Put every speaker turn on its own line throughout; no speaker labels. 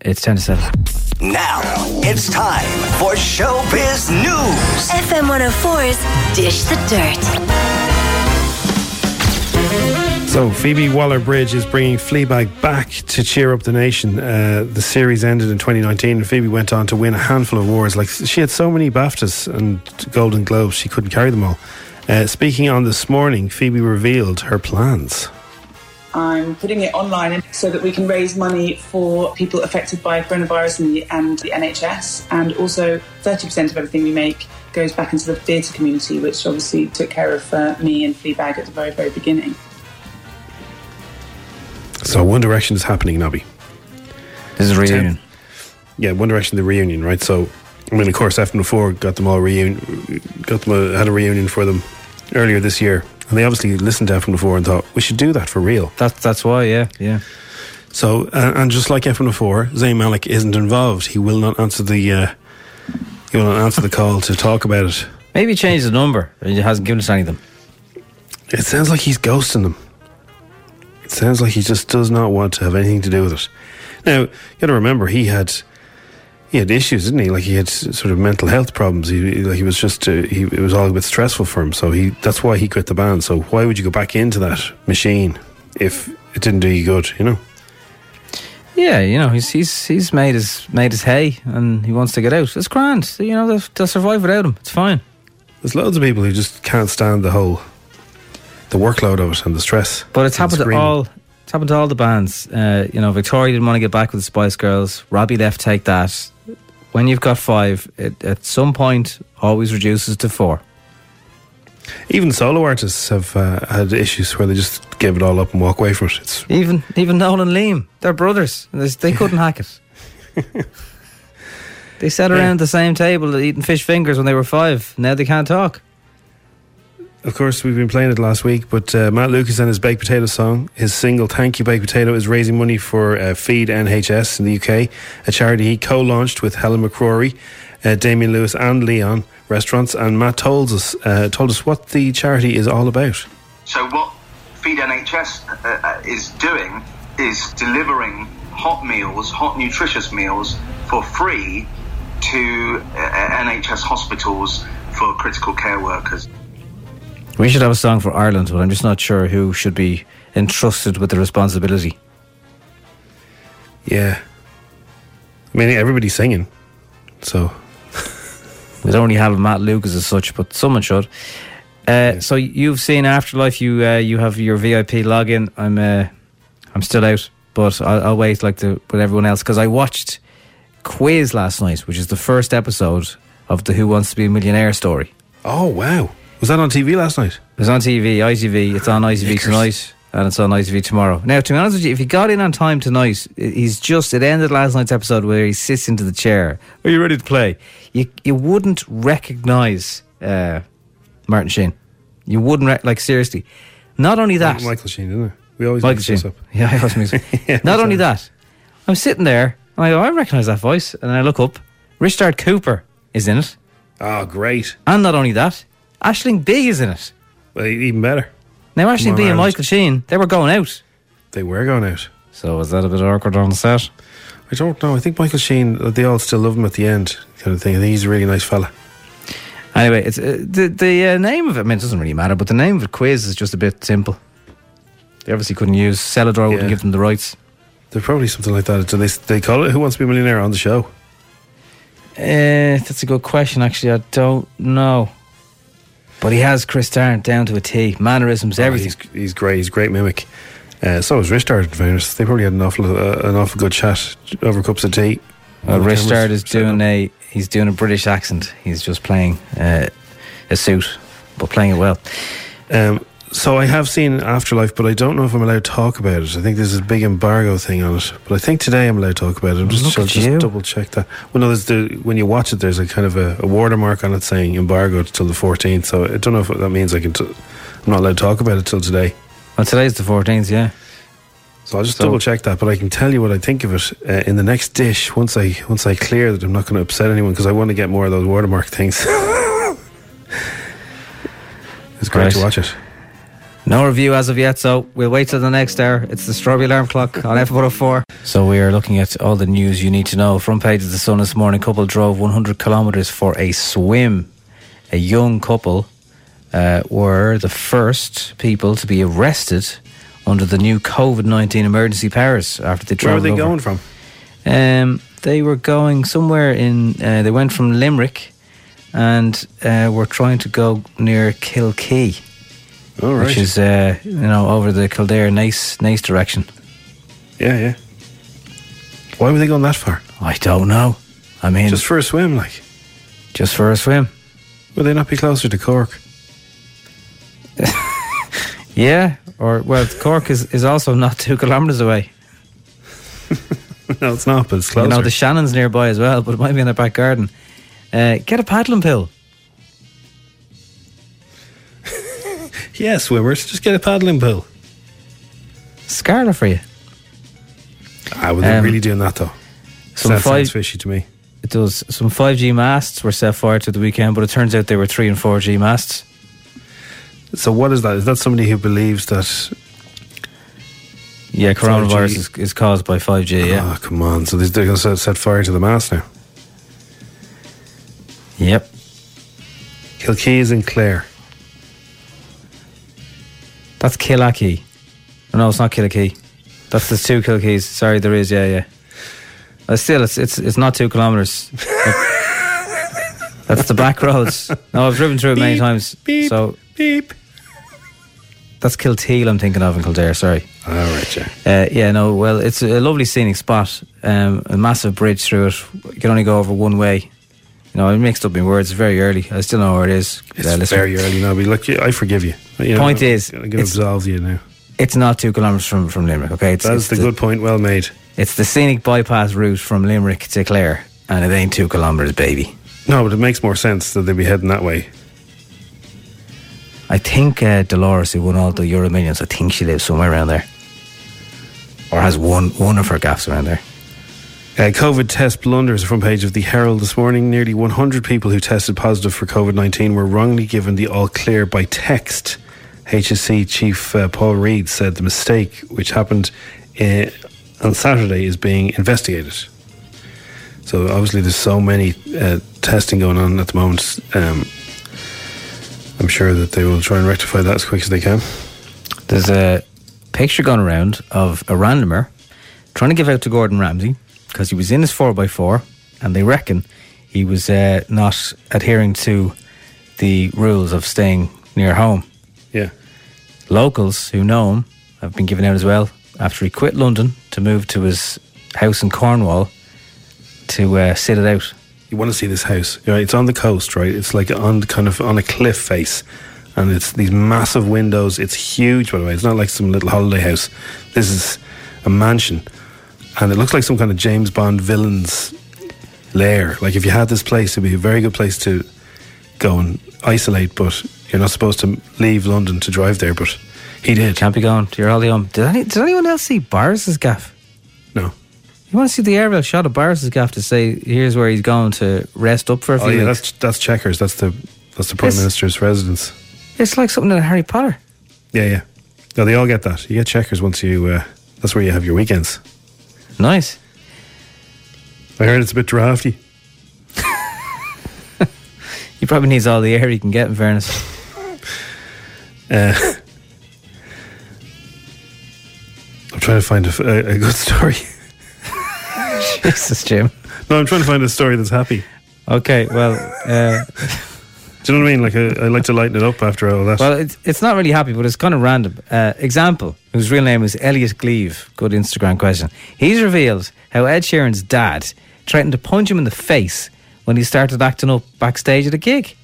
It's 10 to 7.
Now it's time for Showbiz News.
FM 104's Dish the Dirt.
So Phoebe Waller-Bridge is bringing Fleabag back to cheer up the nation. Uh, the series ended in 2019, and Phoebe went on to win a handful of awards. Like she had so many BAFTAs and Golden Globes, she couldn't carry them all. Uh, speaking on this morning, Phoebe revealed her plans.
I'm putting it online so that we can raise money for people affected by coronavirus and the, and the NHS. And also, 30% of everything we make goes back into the theatre community, which obviously took care of uh, me and Fleabag at the very, very beginning.
So One Direction is happening, Nobby.
This is a reunion.
Yeah, One Direction, the reunion, right? So, I mean, of course, F4 got them all reunion, got them a, had a reunion for them earlier this year, and they obviously listened to F4 and thought we should do that for real.
That, that's why, yeah, yeah.
So, uh, and just like F4, Zayn Malik isn't involved. He will not answer the uh, he will not answer the call to talk about it.
Maybe change the number. He hasn't given us any of them.
It sounds like he's ghosting them. It sounds like he just does not want to have anything to do with it. Now, you got to remember, he had he had issues, didn't he? Like he had s- sort of mental health problems. He he- like he was just uh, he it was all a bit stressful for him. So he that's why he quit the band. So why would you go back into that machine if it didn't do you good? You know.
Yeah, you know, he's he's he's made his made his hay, and he wants to get out. It's grand. You know, they'll, they'll survive without him. It's fine.
There's loads of people who just can't stand the whole the workload of it and the stress.
But it's
and
happened to
screaming.
all. It's happened to all the bands. Uh, you know, Victoria didn't want to get back with the Spice Girls. Robbie left. Take that. When you've got five, it at some point always reduces to four.
Even solo artists have uh, had issues where they just give it all up and walk away from it. It's
Even even Noel and Liam, they're brothers. They, they couldn't hack it. they sat around the same table eating fish fingers when they were five. Now they can't talk.
Of course, we've been playing it last week, but uh, Matt Lucas and his Baked Potato song, his single Thank You Baked Potato, is raising money for uh, Feed NHS in the UK, a charity he co launched with Helen McCrory, uh, Damien Lewis, and Leon Restaurants. And Matt told us, uh, told us what the charity is all about.
So what Feed NHS uh, uh, is doing is delivering hot meals, hot nutritious meals for free to uh, NHS hospitals for critical care workers.
We should have a song for Ireland, but I'm just not sure who should be entrusted with the responsibility.
Yeah. I mean, everybody's singing, so.
We don't really have Matt Lucas as such, but someone should. Uh, so you've seen Afterlife. You uh, you have your VIP login. I'm uh, I'm still out, but I'll, I'll wait like the with everyone else because I watched Quiz last night, which is the first episode of the Who Wants to Be a Millionaire story.
Oh, wow. Was that on TV last night?
It was on TV, ITV. It's on ITV tonight, and it's on ITV tomorrow. Now, to be honest with you, if he got in on time tonight, i- he's just. It ended last night's episode where he sits into the chair. Are you ready to play? You you wouldn't recognise uh, Martin Sheen. You wouldn't rec- like seriously. Not only that,
Michael Sheen, didn't it? We always
Michael
mix this
Sheen.
up.
Yeah, I was mixing. Not only that, I'm sitting there and I go, I recognise that voice, and then I look up. Richard Cooper is in it,
Oh, great.
and not only that, Ashling B is in it.
Well, e- even better.
Now, Ashling
on,
B and
Ireland.
Michael Sheen, they were going out.
They were going out.
So was that a bit awkward on the set?
I don't know. I think Michael Sheen, they all still love him at the end, kind of thing. I think he's a really nice fella.
Anyway, it's uh, the the uh, name of it. I mean, it doesn't really matter, but the name of the quiz is just a bit simple. They obviously couldn't use Celador wouldn't
Yeah.
give them the rights.
There's probably something like that. Do they, they call it Who Wants to Be a Millionaire on the show?
Uh, that's a good question. Actually, I don't know. But he has Chris Tarrant down to a T. Mannerisms,
Oh,
everything.
He's, he's great. He's a great mimic. Uh, so was Richard, in fairness. They probably had an awful, uh, an awful good chat over cups of tea.
Uh,
On the
Richard
cameras.
is doing a he's doing a British accent. He's just playing uh, a suit, but playing it well.
Um, so I have seen Afterlife, but I don't know if I'm allowed to talk about it. I think there's a big embargo thing on it. But I think today I'm allowed to talk about it. I'm just,
Look
I'll
at
just
you.
double check that. Well, no, there's the, when you watch it, there's a kind of a, a watermark on it saying embargoed till the 14th. So I don't know if that means I can. T- I'm not allowed to talk about it till today.
Well, today's the fourteenth, yeah.
So I'll just
So-
double check that, but I can tell you what I think of it uh, in the next dish once I once I clear that I'm not going to upset anyone because I want to get more of those watermark things. it's great to
Right.
watch it.
No review as of yet, so we'll wait till the next hour. It's the Strawberry Alarm Clock on F104. So we are looking at all the news you need to know. Front page of the Sun this morning. Couple drove 100 kilometres for a swim. A young couple uh, were the first people to be arrested under the new COVID 19 emergency powers after they
Where are
travelled. over.
they going from?
Um, they were going somewhere in. Uh, they went from Limerick, and uh, were trying to go near Kilkee,
All right.
which is uh, you know over the Kildare Nace Nace direction.
yeah, yeah. Why were they going that far?
I don't know. I mean,
Just
just,
for a swim, like?
for a swim.
Would they not be closer to Cork?
Yeah, or well, Cork is, is also not two kilometres away.
no, it's not, but it's closer.
You know, the Shannon's nearby as well, but it might be in their back garden. Uh, get a paddling pill.
yeah, swimmers, just get a paddling pool.
Scarlet for you.
Ah, were they
Um,
really doing that though?
some
that
five-
sounds fishy to me.
It does. Some 5G masts were set fire to the weekend, but it turns out they were 3 and 4G masts.
So what is that? Is that somebody who believes that
Yeah,
5G.
coronavirus is, is caused by 5G, yeah.
Oh, come on. So they're going to set, set fire to the mast now.
Yep.
Kilkee is in Clare.
That's Killaki. No, it's not Killaki. That's the two Killakees. Sorry, there is, yeah, yeah. Uh, still, it's it's it's not two kilometres. That's the back roads. No, I've driven through it many
Beep,
times.
beep,
So
beep.
that's Kilteel I'm thinking of in Kildare, sorry.
All right, yeah.
Uh, yeah, no, well, it's a lovely scenic spot. Um, a massive bridge through it. You can only go over one way. You know, I mixed up my words. It's very early. I still know where it is.
It's
Uh, listen,
very early now, but look, I forgive you. you
Point is,
I'm going to
it's-
absolve you now.
It's not two kilometres from, from Limerick, okay? It's,
That's
it's
the, good point. Well made.
It's the scenic bypass route from Limerick to Clare, and it ain't two kilometres, baby.
No, but it makes more sense that they'd be heading that way.
I think uh, Dolores, who won all the Euro Millions, I think she lives somewhere around there. Or has one, one of her gaffs around there.
Uh, COVID test blunders, front page of the Herald this morning. Nearly 100 people who tested positive for COVID 19 were wrongly given the all clear by text. HSC Chief uh, Paul Reid said the mistake, which happened uh, on Saturday, is being investigated. So obviously, there's so many uh, testing going on at the moment. Um, I'm sure that they will try and rectify that as quick as they can.
There's a picture gone around of a randomer trying to give out to Gordon Ramsay because he was in his 4x4 and they reckon he was uh, not adhering to the rules of staying near home.
Yeah.
Locals who know him have been given out as well after he quit London to move to his house in Cornwall to uh, sit it out.
you want to see this house. Right? It's on the coast, right? It's like on kind of on a cliff face, and it's these massive windows. It's huge, by the way. It's not like some little holiday house. This is a mansion, and it looks like some kind of James Bond villain's lair. Like if you had this place, it'd be a very good place to go and isolate. But you're not supposed to leave London to drive there. But he did.
Can't be going to your holiday home. Did, any, did anyone else see Barris's gaff?
No.
You want to see the aerial shot of Barris's gaff to say here's where he's going to rest up for a few
Oh yeah,
weeks.
that's that's Checkers. That's the that's the prime
Yes.
minister's residence.
It's like something in Harry Potter.
Yeah, yeah. No, they all get that. You get checkers once you. Uh, that's where you have your weekends.
Nice.
I heard it's a bit drafty.
He probably needs all the air he can get. In fairness,
Uh, trying to find a, f- a- a good story.
Jesus, Jim.
No, I'm trying to find a story that's happy.
Okay, well, uh,
do you know what I mean? Like, uh, I, I like to lighten it up after all that.
Well, it's, it's not really happy, but it's kind of random. Uh, example, whose real name is Elliot Gleave. Good Instagram question. He's revealed how Ed Sheeran's dad threatened to punch him in the face when he started acting up backstage at a gig.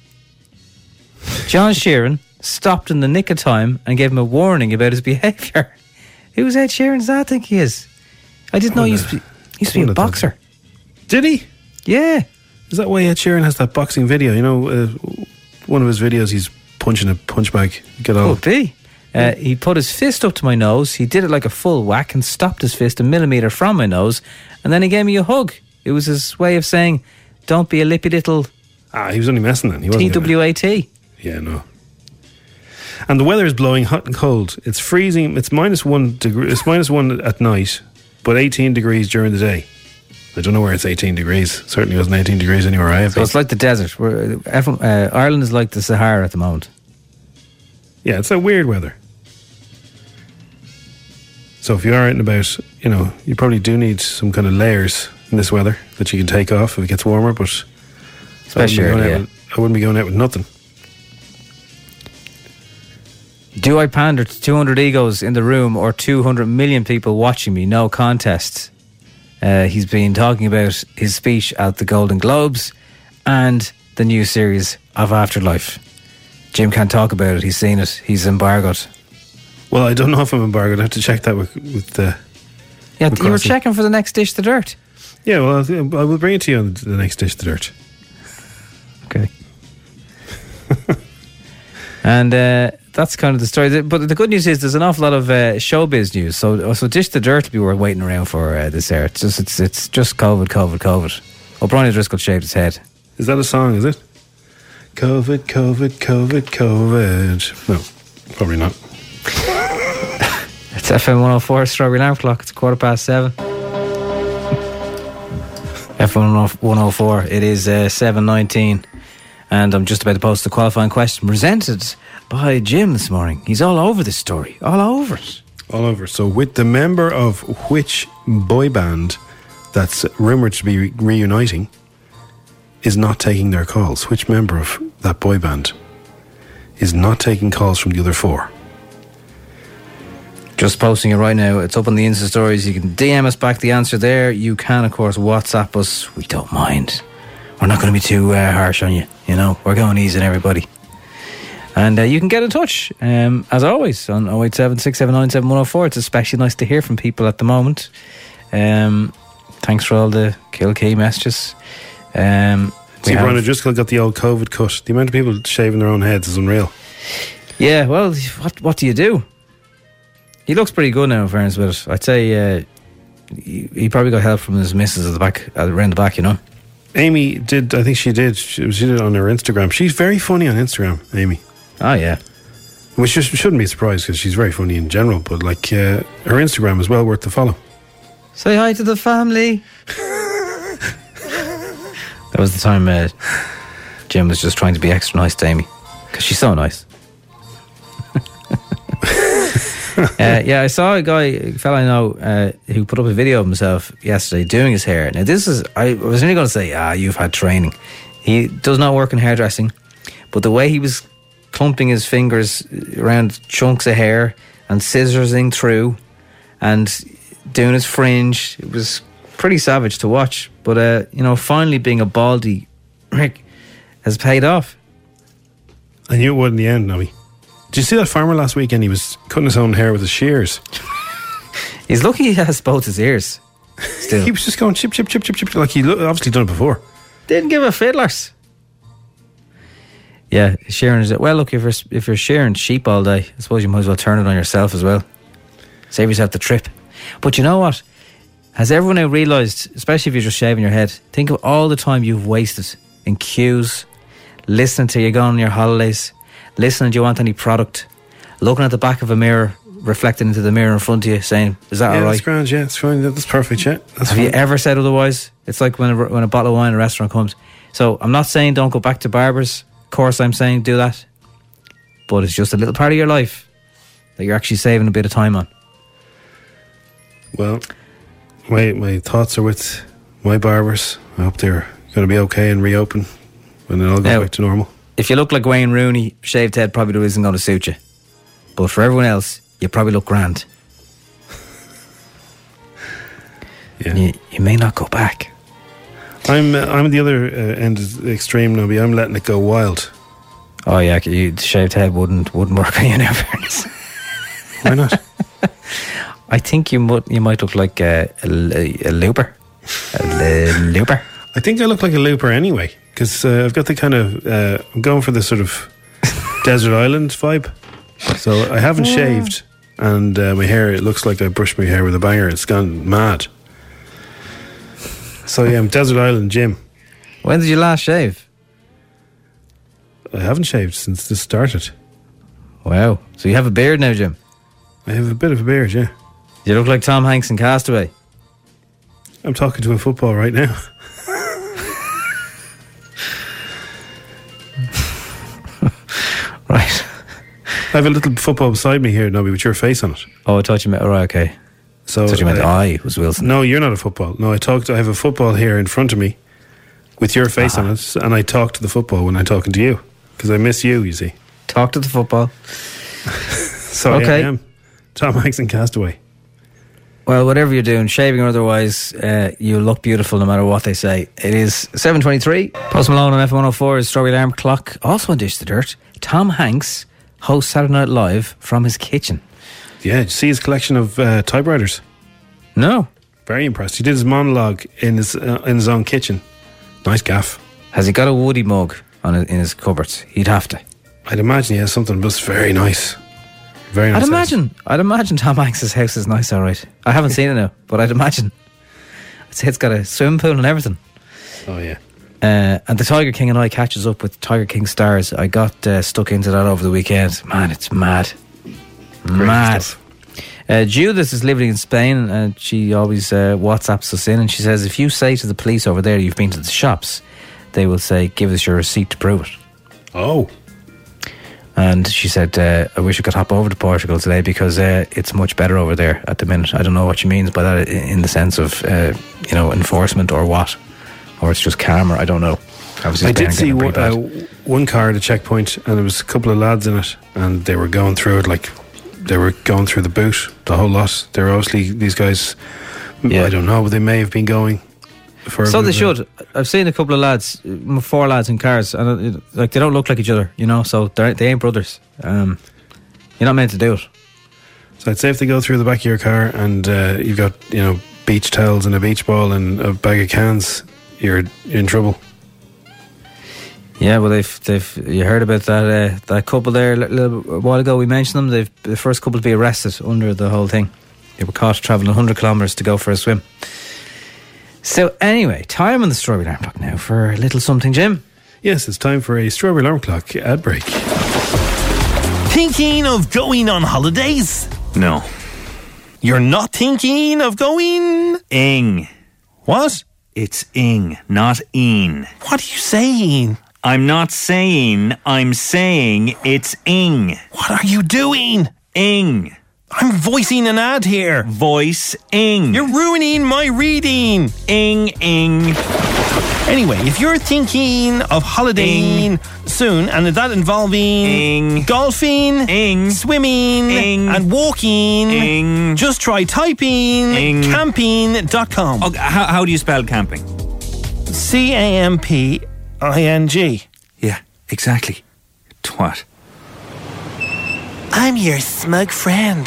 John Sheeran stopped in the nick of time and gave him a warning about his behaviour. Who's Ed Sheeran's dad? I think he is. I didn't know he used to be, he used to be a boxer.
Did he?
Yeah.
Is that why Ed Sheeran has that boxing video? You know, uh, one of his videos, he's punching a punch bag. Get on.
Could be. Oh, Uh, he put his fist up to my nose. He did it like a full whack and stopped his fist a millimeter from my nose. And then he gave me a hug. It was his way of saying, "Don't be a lippy little
Ah, he was only messing then. He wasn't. gonna-
TWAT."
Yeah, no. And the weather is blowing hot and cold. It's freezing. It's minus one degree. It's minus one at night, but 18 degrees during the day. I don't know where it's 18 degrees. Certainly wasn't 18 degrees anywhere I have
So
been.
it's like the desert. We're, uh, everyone, uh, Ireland is like the Sahara at the moment.
Yeah, it's a weird weather. So if you are out and about, you know, you probably do need some kind of layers in this weather that you can take off if it gets warmer. But I wouldn't be
Especially
going
early,
out
yeah.
with- I wouldn't be going out with nothing.
Do I pander to 200 egos in the room or 200 million people watching me? No contest. Uh, he's been talking about his speech at the Golden Globes and the new series of Afterlife. Jim can't talk about it. He's seen it. He's embargoed.
Well, I don't know if I'm embargoed. I have to check that with with the.
Yeah,
We're
you were
crossing.
checking for the next dish to dirt.
Yeah, well, I'll- I will bring it to you on the next dish of the dirt.
Okay. and uh, that's kind of the story. The- But the good news is there's an awful lot of uh, showbiz news. So so dish the dirt will be worth waiting around for uh, this year. It's just it's, it's just COVID, COVID, COVID. O'Brien Driscoll shaved his head.
Is that a song? Is it? COVID, COVID, COVID, COVID. No, probably not.
It's FM 104 Strawberry Alarm Clock. It's quarter past seven. FM 104. It is uh, 7.19. And I'm just about to post the qualifying question presented by Jim this morning. He's all over this story. All over it.
All over. So, with the member of which boy band that's rumored to be re- reuniting is not taking their calls? Which member of that boy band is not taking calls from the other four?
Just posting it right now. It's up on the Insta stories. You can DM us back the answer there. You can, of course, WhatsApp us. We don't mind. We're not going to be too uh, harsh on you. You know, we're going easy on everybody. And uh, you can get in touch, um, as always, on 087 679 7104. It's especially nice to hear from people at the moment. Um, thanks for all the kill key messages. Um, we
See,
have-
Brian O'Driscoll got the old COVID cut. The amount of people shaving their own heads is unreal.
Yeah, well, what what do you do? He looks pretty good now, in fairness, but I'd say uh, he, he probably got help from his missus at the back, uh, around the back, you know.
Amy did, I think she did, she, she did it on her Instagram. She's very funny on Instagram, Amy.
Oh, yeah.
Which just shouldn't be surprised because she's very funny in general, but like uh, her Instagram is well worth the follow.
Say hi to the family. That was the time uh, Jim was just trying to be extra nice to Amy because she's so nice. uh, yeah, I saw a guy, a fella I know, uh, who put up a video of himself yesterday doing his hair. Now, this is, I was only going to say, ah, you've had training. He does not work in hairdressing, but the way he was clumping his fingers around chunks of hair and scissorsing through and doing his fringe, it was pretty savage to watch. But, uh, you know, finally being a baldy prick has paid off.
I knew it would in the end, Nobby. Did you see that farmer last weekend? He was cutting his own hair with his shears.
He's lucky he has both his ears. Still.
He was just going chip, chip, chip, chip, chip, like he lo- obviously done it before.
Didn't give a fiddler's. Yeah, Sharon is well. Look, if you're if you're shearing sheep all day, I suppose you might as well turn it on yourself as well. Save yourself the trip. But you know what? Has everyone now realised, especially if you're just shaving your head, think of all the time you've wasted in queues, listening to you're going on your holidays, listening do you want any product, looking at the back of a mirror, reflecting into the mirror in front of you, saying, "Is that
yeah,
all right?"
that's grand, yeah, it's fine. That- That's perfect, yeah. That's
Have you
fine.
ever said otherwise? It's like when a, when a bottle of wine in a restaurant comes. So I'm not saying don't go back to barbers. Of course, I'm saying do that. But it's just a little part of your life that you're actually saving a bit of time on.
Well, my my thoughts are with my barbers. I hope they're going to be okay and reopen, and then I'll go
Now-
back to normal.
If you look like Wayne Rooney, shaved head probably isn't going to suit you. But for everyone else, you probably look grand.
Yeah.
You, you may not go back.
I'm uh, I'm the other uh, end of the extreme, Nobby. I'm letting it go wild.
Oh yeah, you, shaved head wouldn't wouldn't work on you now. fairness.
Why not?
I think you might you might look like a, a, l- a looper, a l- looper.
I think I look like a looper anyway because uh, I've got the kind of uh, I'm going for the sort of desert island vibe. So I haven't shaved, and uh, my hair it looks like I brushed my hair with a banger. It's gone mad. So yeah, I'm desert island Jim.
When did you last shave?
I haven't shaved since this started.
Wow. So you have a beard now, Jim.
I have a bit of a beard, yeah.
You look like Tom Hanks in Castaway.
I'm talking to a football right now.
Right.
I have a little football beside me here, Nobby, with your face on it.
Oh, I thought you meant. All right, okay.
So
I thought you meant
I-
I was Wilson.
No, you're not a football. No, I talked. I have a football here in front of me, with your face
Ah.
on it, and I talk to the football when I'm talking to you because I miss you. You see.
Talk to the football.
So
Okay.
I am Tom Hanks and Castaway.
Well, whatever you're doing, shaving or otherwise, uh, you look beautiful no matter what they say. It is 7.23. Post Malone on F104 is Strawberry Alarm Clock. Also on Dish the Dirt, Tom Hanks hosts Saturday Night Live from his kitchen.
Yeah, did you see his collection of uh, typewriters.
No.
Very impressed. He did his monologue in his uh, in his own kitchen. Nice gaff.
Has he got a Woody mug on his, in his cupboards? He'd have to.
I'd imagine he has something, but it's very nice. Very nice.
I'd
house.
imagine. I'd imagine Tom Hanks's house is nice, all right. I haven't seen it now, but I'd imagine. I'd say it's got a swimming pool and everything.
Oh yeah.
Uh, and the Tiger King and I catches up with Tiger King stars. I got uh, stuck into that over the weekend. Man, it's mad, mad.
stuff.
Uh, Judith is living in Spain, and she always uh, WhatsApps us in, and she says, "If you say to the police over there you've been to the shops, they will say, give us your receipt to prove it."
Oh,
And she said, uh, I wish I could hop over to Portugal today because uh, it's much better over there at the minute. I don't know what she means by that i- in the sense of, uh, you know, enforcement or what. Or it's just calmer. I don't know. Obviously, Spain
I
are
did see
getting
one,
pretty
uh,
bad.
one car at a checkpoint, and there was a couple of lads in it, and they were going through it like they were going through the boot, the whole lot. They were obviously these guys.
Yeah.
I don't know, but they may have been going. For a
So
bit
they
of a-
should. I've seen a couple of lads, m- four lads in cars, and uh, like they don't look like each other, you know. So they're- they ain't brothers. Um, you're not meant to do it.
So I'd say if they go through the back of your car and uh, you've got you know beach towels and a beach ball and a bag of cans, you're in trouble.
Yeah, well, they've they've you heard about that uh, that couple there a li- little while ago. We mentioned them. They've the first couple to be arrested under the whole thing. They were caught traveling 100 kilometers to go for a swim. So anyway, time on the strawberry alarm clock now for a little something, Jim.
Yes, it's time for a strawberry alarm clock ad break.
Thinking of going on holidays? No. You're not thinking of going? Ing. What? It's ing, not een. What are you saying? I'm not saying, I'm saying it's ing. What are you doing? Ing. I'm voicing an ad here. Voice ing. You're ruining my reading. Ing, ing. Anyway, if you're thinking of holidaying soon, and is that involving golfing, swimming, and walking, just try typing camping.com.
Oh, how, how do you spell camping?
C A M P I N G.
Yeah, exactly. Twat.
I'm your smug friend.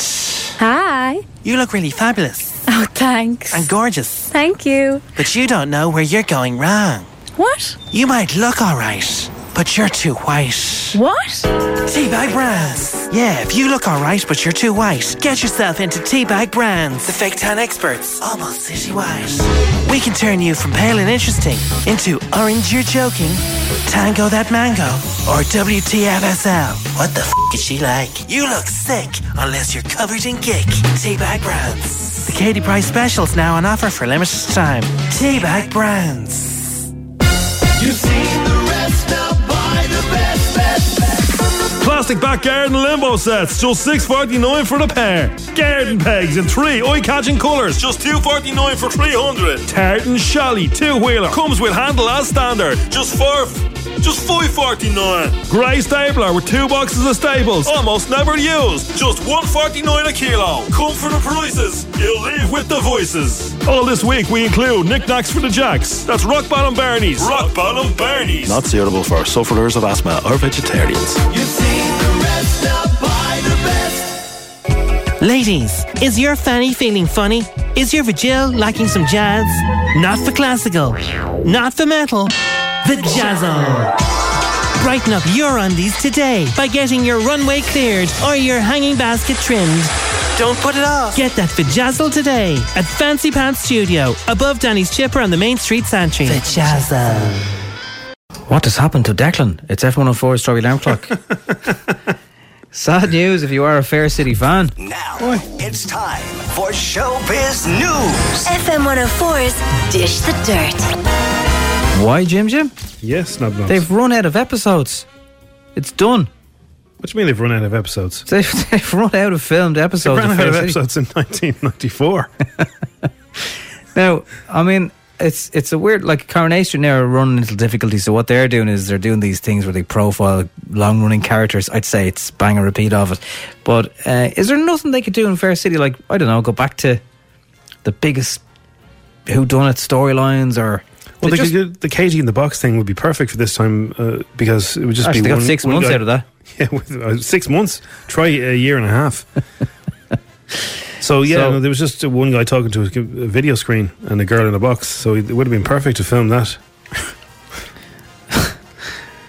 Hi.
You look really fabulous
Oh, thanks.
and gorgeous,
Thank you.
but you don't know where you're going wrong.
What?
You might look alright, but you're too white.
What?
Teabag Brands. Yeah, if you look alright but you're too white, get yourself into Teabag Brands. The fake tan experts. Almost citywide. We can turn you from pale and interesting into orange you're joking, tango that mango, or WTFSL. What the f is she like? You look sick unless you're covered in kick. Teabag Brands. The Katie Price special's now on offer for limited time. Teabag Brands.
You see the rest now by the best, best, best.
Plastic back garden limbo sets, just six forty nine for the pair. garden pegs in three eye-catching colours. Just two forty nine for three hundred. Tartan Shally two wheeler comes with handle as standard. Just four, just five forty nine. Grey stapler with two boxes of staples, almost never used. Just one forty nine a kilo. Come for the prices. You'll leave with the voices. All this week we include knickknacks for the jacks. That's Rock Bottom Barney's. Rock Bottom Barney's.
Not suitable for sufferers of asthma or vegetarians.
Ladies, is your fanny feeling funny? Is your vajil liking some jazz? Not for classical, not for metal, the jazzle. Brighten up your undies today by getting your runway cleared or your hanging basket trimmed. Don't put it off. Get that vajazzle today at Fancy Pants Studio above Danny's Chipper on the Main Street Santry. Vajazzle.
What has happened to Declan? It's F104's Strawberry Alarm Clock. Sad news if you are a Fair City fan.
Now it's time for Showbiz News. FM 104's Dish the Dirt.
Why, Jim Jim?
Yes, Snob Nobs.
They've run out of episodes. It's done.
What do you mean they've run out of episodes?
They've, they've run out of filmed
They
episodes.
ran
of
out of
Fair City.
episodes in 1994.
Now, I mean, it's it's a weird like Coronation Era running into difficulty. So what they're doing is they're doing these things where they profile long running characters. I'd say it's bang a repeat of it. But uh, is there nothing they could do in Fair City? Like I don't know, go back to the biggest who done it storylines or
Well,
they
the,
just-
the, the Katie in the box thing would be perfect for this time uh, because it would just
Actually,
be
they got
one-
six
one
months
guy-
out of that.
Yeah, with, uh, six months. Try a year and a half. so yeah,
So-
no, there was just uh, one guy talking to a, c- a video screen and a girl in a box. So it would have been perfect to film that.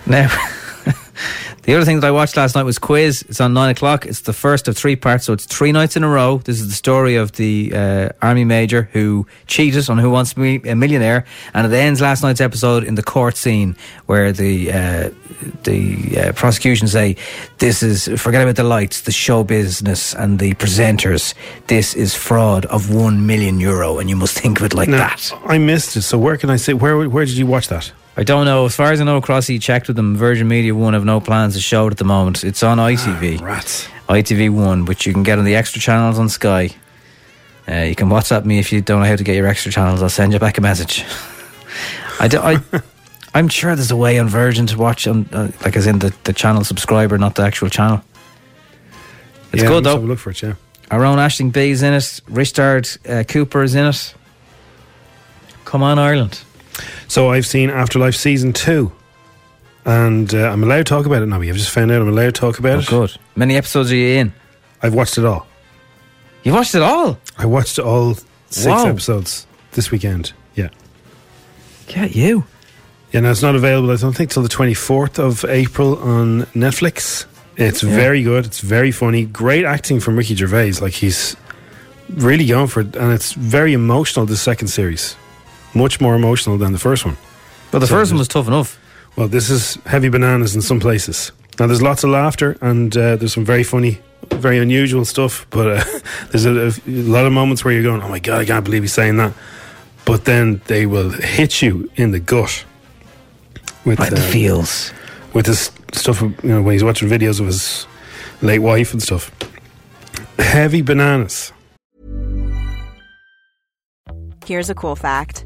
Now, the other thing that I watched last night was Quiz. It's on nine o'clock. It's the first of three parts, so it's three nights in a row. This is the story of the uh, army major who cheated on Who Wants to Be a Millionaire, and it ends last night's episode in the court scene where the uh, the uh, prosecution say, "This is forget about the lights, the show business, and the presenters. This is fraud of one million euro, and you must think of it like
Now,
that."
I missed it. So where can I say where where did you watch that?
I don't know. As far as I know, Crossy checked with them. Virgin Media One have no plans to show it at the moment. It's on ITV.
rats.
ITV One, which you can get on the extra channels on Sky. Uh, you can WhatsApp me if you don't know how to get your extra channels. I'll send you back a message. I do, I, I'm sure there's a way on Virgin to watch on, uh, like as in the, the channel subscriber, not the actual channel. It's
Yeah,
good
let's
though.
have a look for it. Yeah.
Our own Ashling B is in it. Richard uh, Cooper is in it. Come on, Ireland.
So I've seen Afterlife season two, and uh, I'm allowed to talk about it now. I've just found out I'm allowed to talk about it.
Oh, Good. Many episodes are you in?
I've watched it all.
You watched it all?
I watched all six
Wow.
episodes this weekend. Yeah.
Get you.
Yeah, now it's not available, I don't think, till the 24th of April on Netflix. It's
Yeah.
very good. It's very funny. Great acting from Ricky Gervais. Like, he's really going for it. And it's very emotional, the second series. Much more emotional than the first one.
But the
So
first one was
there's-
tough enough.
Well, this is heavy bananas in some places. Now, there's lots of laughter and uh, there's some very funny, very unusual stuff, but uh, there's a, a lot of moments where you're going, oh my God, I can't believe he's saying that. But then they will hit you in the gut. With
Right in the feels.
With this stuff, you know, when he's watching videos of his late wife and stuff. Heavy bananas.
Here's a cool fact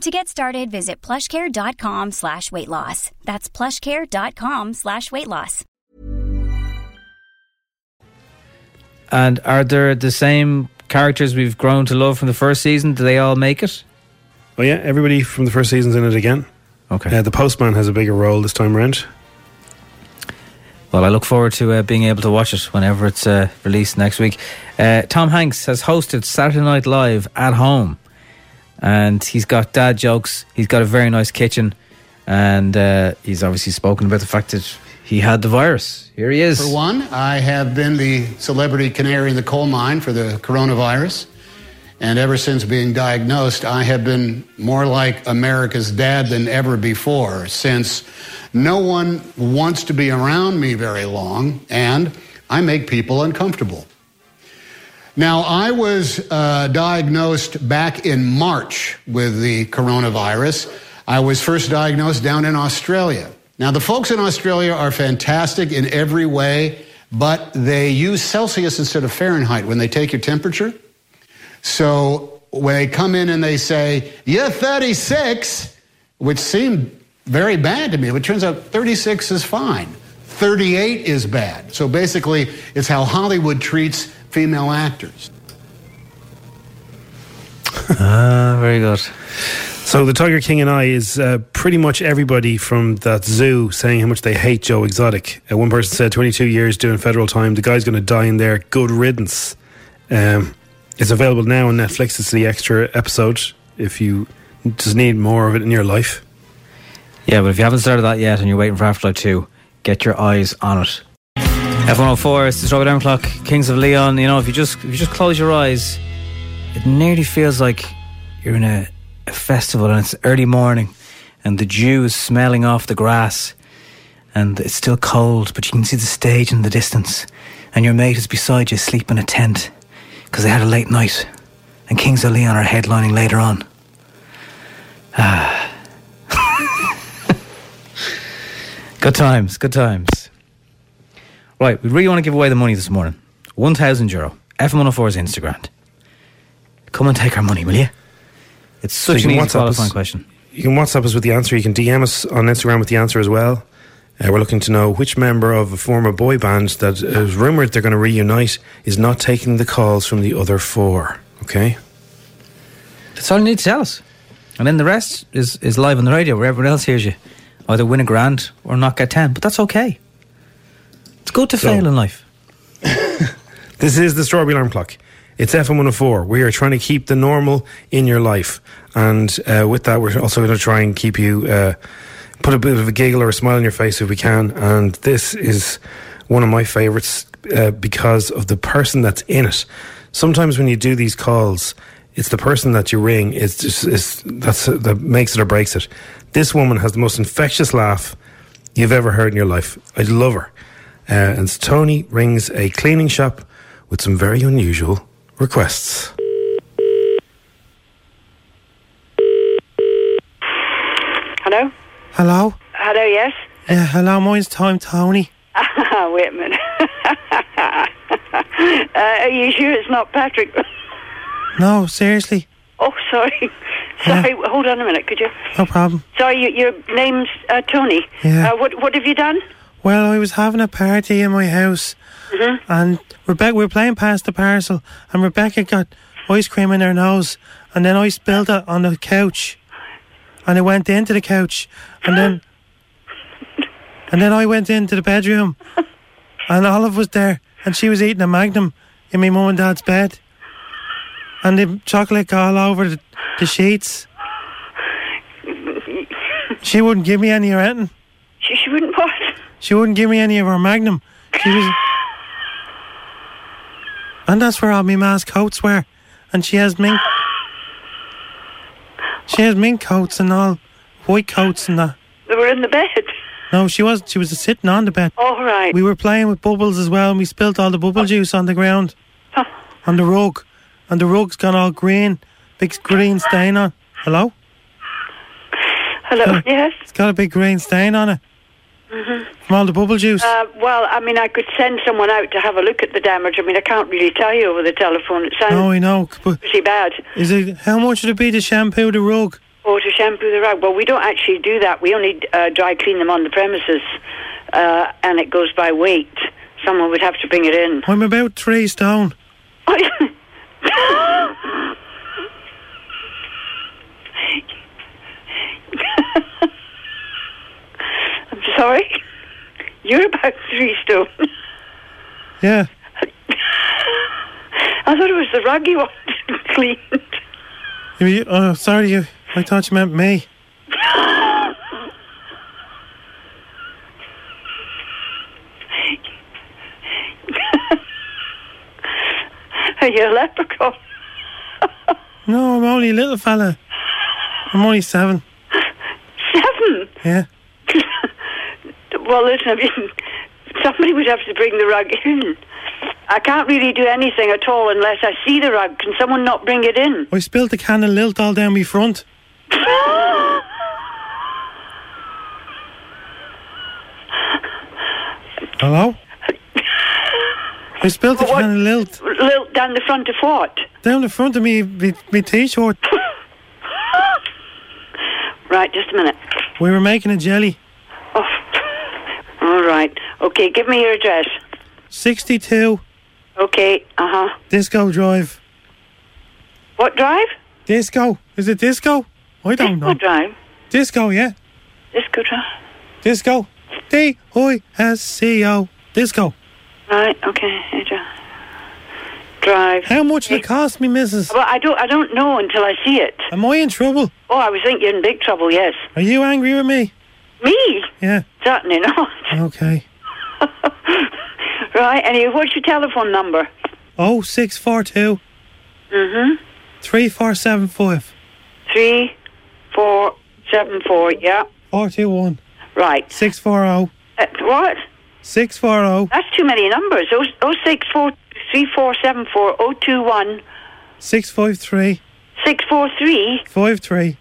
To get started, visit plushcare.com slash weight loss. That's plushcare.com slash weight loss.
And are there the same characters we've grown to love from the first season? Do they all make it?
Oh yeah, everybody from the first season's in it again. Okay. Uh, the postman has a bigger role this time around.
Well, I look forward to uh, being able to watch it whenever it's uh, released next week. Uh, Tom Hanks has hosted Saturday Night Live at home, and he's got dad jokes. He's got a very nice kitchen, and uh, he's obviously spoken about the fact that he had the virus. Here he is.
For one, I have been the celebrity canary in the coal mine for the coronavirus. And ever since being diagnosed, I have been more like America's dad than ever before, since no one wants to be around me very long, and I make people uncomfortable. Now, I was uh, diagnosed back in March with the coronavirus. I was first diagnosed down in Australia. Now, the folks in Australia are fantastic in every way, but they use Celsius instead of Fahrenheit when they take your temperature. So when they come in and they say, You're 36, which seemed very bad to me, but it turns out 36 is fine. 38 is bad. So basically, it's how Hollywood treats female actors.
Ah, very good.
So the Tiger King and I is uh, pretty much everybody from that zoo saying how much they hate Joe Exotic. Uh, one person said 22 years doing federal time. The guy's going to die in there. Good riddance. Um, it's available now on Netflix. It's the extra episode if you just need more of it in your life.
Yeah, but if you haven't started that yet and you're waiting for Afterlife 2, get your eyes on it. F104, it's the Strawberry Down Clock, Kings of Leon. You know, if you just if you just close your eyes, it nearly feels like you're in a, a festival and it's early morning and the dew is smelling off the grass and it's still cold, but you can see the stage in the distance and your mate is beside you sleeping in a tent because they had a late night and Kings of Leon are headlining later on. Ah. good times, good times. Right, we really want to give away the money this morning. 1,000 euro. F104's Instagram. Come and take our money, will you? It's
So
such
you
an
can
easy
WhatsApp
qualifying
us-
question.
You can WhatsApp us with the answer. You can DM us on Instagram with the answer as well. Uh, we're looking to know which member of a former boy band that is rumored they're going to reunite is not taking the calls from the other four. Okay.
That's all you need to tell us. And then the rest is, is live on the radio where everyone else hears you. Either win a grand or not get 10, but that's okay. It's good to
So-
fail in life.
This is the Strawberry Alarm Clock. It's FM 104. We are trying to keep the normal in your life. And uh, with that, we're also going to try and keep you, uh, put a bit of a giggle or a smile on your face if we can. And this is one of my favorites uh, because of the person that's in it. Sometimes when you do these calls, it's the person that you ring it's just, it's, that's, that makes it or breaks it. This woman has the most infectious laugh you've ever heard in your life. I love her. Uh, and Tony rings a cleaning shop with some very unusual requests.
Hello?
Hello?
Hello, yes?
Yeah, hello, mine's Time Tony.
Wait a minute. uh, are you sure it's not Patrick?
No, seriously,
Oh, sorry. Sorry, hold on a minute, could you?
no problem.
Sorry, you, your name's uh, Tony.
Yeah.
Uh, what, what have you done?
Well, I was having a party in my house,
Mm-hmm.
and Rebecca, we were playing past the parcel, and Rebecca got ice cream in her nose, and then I spilled it on the couch, and it went into the couch, and then, and then I went into the bedroom, and Olive was there, and she was eating a Magnum in my mum and dad's bed, and the chocolate got all over the, the sheets. She wouldn't give me any or anything.
She, she wouldn't what?
She wouldn't give me any of her magnum. She was. And that's where all my ma's coats were. And she has mink. She has mink coats and all. White coats and that.
They were in the bed.
No, she wasn't. She was sitting on the bed.
All right. Oh.
We were playing with bubbles as well and we spilled all the bubble juice on the ground. On the rug. And the rug's gone all green. Big green stain on. Hello?
A little, yes.
It's got a big green stain on it
hmm
from all the bubble juice.
Uh, well, I mean, I could send someone out to have a look at the damage. I mean, I can't really tell you over the telephone. It sounds
no, I know. c- But
pretty bad.
is it how much would it be to shampoo the rug?
Or to shampoo the rug. Well, we don't actually do that. We only uh, dry clean them on the premises, uh, and it goes by weight. Someone would have to bring it in.
I'm about three stone.
I'm sorry. You're about three stone.
Yeah.
I thought it was the rug you wanted to clean.
You- you- Oh, sorry. You, I thought you meant me.
Are you a leprechaun?
No, I'm only a little fella. I'm only seven.
Seven.
Yeah.
Well, listen, I mean, somebody would have to bring the rug in. I can't really do anything at all unless I see the rug. Can someone not bring it in?
I spilled the can of lilt all down me front. Hello? I spilled the can of lilt.
Lilt down the front of what?
Down the front of me, me, me t-shirt.
Right, just a minute.
We were making a jelly.
All right. Okay, give me your address.
62
Okay, uh huh.
Disco Drive.
What drive?
Disco. Is it disco? I don't know.
What drive?
Disco, yeah.
Disco drive.
Disco. D-I-S-C-O. Disco.
Right, okay, address. Drive.
How much will it cost me, missus?
Well, I don't, I don't know until I see it.
Am I in trouble?
Oh, I was thinking you're in big trouble, yes.
Are you angry with me?
Me?
Yeah.
Certainly not.
Okay.
Right, anyway, what's your telephone number?
Oh, 0642
Mm hmm.
3475
Three, four, seven, four, yeah.
421
Right.
640
Uh, what?
640
That's too many numbers. Oh, oh six four three four seven four oh two one
653
six four three
53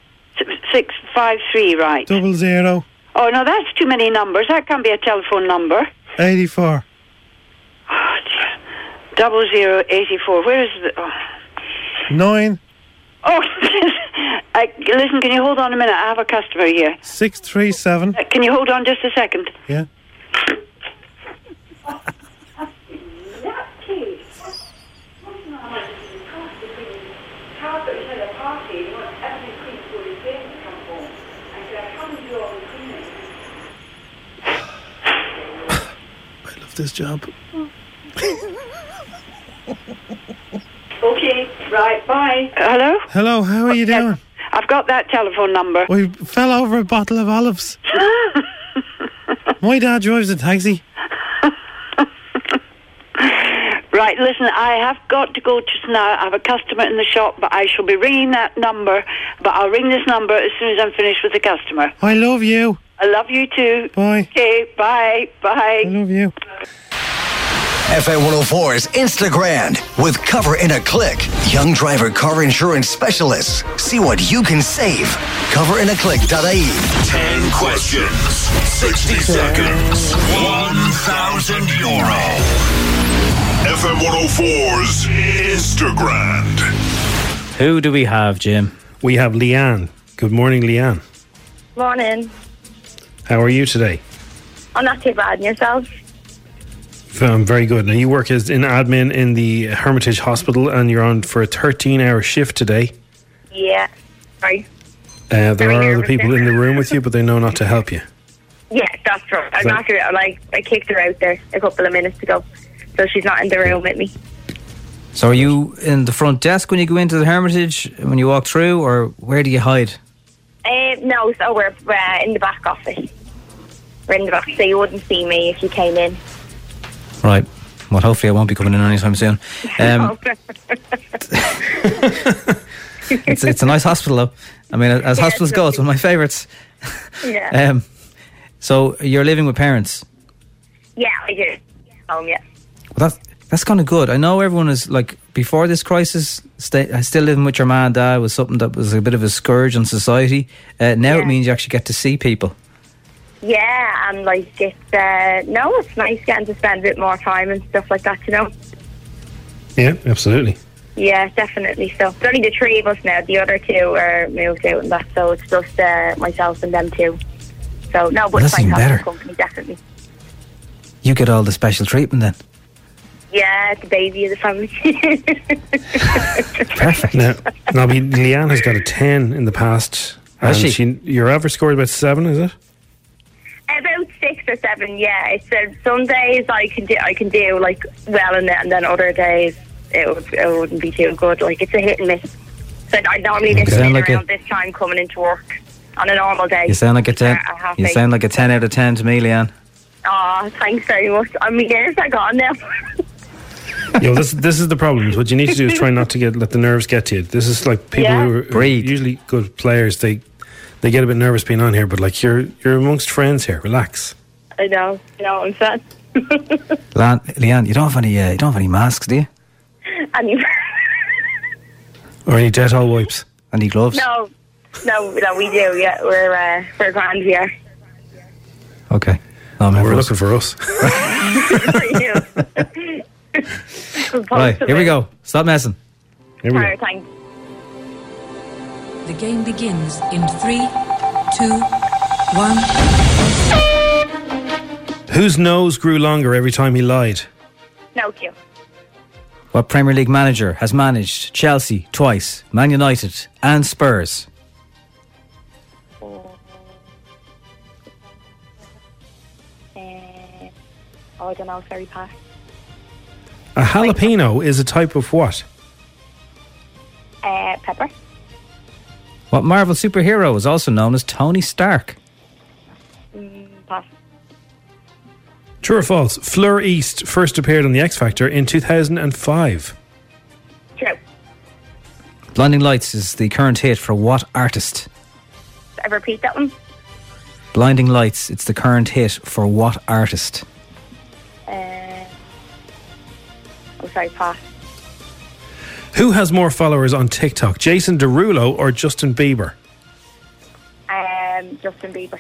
six five three. Right.
00
Oh no, that's too many numbers. That can't be a telephone number.
84.
Double zero eighty four. Where is the? Oh,
9
oh I, listen. Can you hold on a minute? I have a customer here.
637
Uh, Can you hold on just a second?
Yeah. I love this job.
Okay. Right. Bye. Hello.
Hello, how are you doing?
I've got that telephone number.
We fell over a bottle of olives. My dad drives a taxi.
Right, listen, I have got to go just now. I have a customer in the shop, but I shall be ringing that number. But I'll ring this number as soon as I'm finished with the customer.
I love you.
I love you too.
Bye.
Okay, bye, bye. I
love you.
FM 104's Instagram with Cover in a Click. Young driver car insurance specialists. See what you can save. Coverinaclick.ie.
10 questions, 60 seconds, 1,000 euro. FM 104's Instagram.
Who do we have, Jim?
We have Leanne. Good morning, Leanne.
Morning.
How are you today?
I'm not too bad. And yourself?
I'm very good. Now you work as an admin in the Hermitage Hospital, and you're on for a 13-hour shift today.
Yeah. Right.
Uh, there are other people in the room with you, but they know not to help you.
Yeah, that's right.
Right.
I'm not sure. Like I kicked her out there a couple of minutes ago, so she's not in the room with me.
So are you in the front desk when you go into the Hermitage when you walk through, or where do you hide?
Um, no, so we're uh, in the back office. We're in the back, so you wouldn't see me if you came in.
Right. Well, hopefully I won't be coming in anytime soon.
Oh,
Um, it's it's a nice hospital though. I mean, as
Yeah,
hospitals
it's
go, it's one of my favourites.
yeah.
Um, so you're living with parents.
yeah, I do. Home, yeah.
Well, that's That's kind of good. I know everyone is like before this crisis. Stay, uh, still living with your mom and dad was something that was a bit of a scourge on society. Uh, now it means you actually get to see people.
Yeah, and like it's uh, no, it's nice getting to spend a bit more time and stuff like that. You know.
Yeah, absolutely.
Yeah, definitely. So it's only the three of us now. The other two are moved out and that, so it's just uh, myself and them two. So no, but
That's
it's
even
nice having
better.
company, definitely.
You get all the special treatment then.
Yeah, the baby of the family.
Perfect.
Now, now we- Leanne has got a 10 in the past.
Has
and
she?
Your average score is about 7, is it?
About six or seven, yeah. It's uh, some days I can do I can do like well in it, and then other days it would it wouldn't be too good. Like it's a hit and miss. So I normally
You
this
sound like
around
a-
this time coming into work on a normal day.
You sound like a ten.
Uh, half
You
eight.
sound like a ten out of ten to me, Leanne.
Aw, thanks very much. I mean, nerves are gone now.
you know, this this is the problem. What you need to do is try not to get let the nerves get to you. This is like people
Yeah.
who are
Breathe.
usually good players. They they get a bit nervous being on here, but like you're you're amongst friends here. Relax.
I know. You know what I'm saying?
Leanne, Leanne you don't have any. Uh, you don't have any masks, do you?
And you-
Or any Dettol wipes?
Any gloves?
no, no, no, we do. Yeah, we're uh, we're grand here.
Okay. No, I'm
We're looking for us.
Right, here we go. Stop messing. Here
The game begins in three, two, one.
Whose nose grew longer every time he lied?
Pinocchio.
What Premier League manager has managed Chelsea twice, Man United, and Spurs?
Uh, oh, I don't know. Sorry, pass.
A jalapeno is a type of what?
Uh, pepper.
What Marvel superhero is also known as Tony Stark?
Mm, pass.
True or false? Fleur East first appeared on The X Factor in 2005.
True.
Blinding Lights is the current hit for what artist?
I repeat that one.
Blinding Lights, it's the current hit for what artist?
Uh, oh, sorry, pass.
Who has more followers on TikTok, Jason Derulo or Justin Bieber?
Um, Justin Bieber.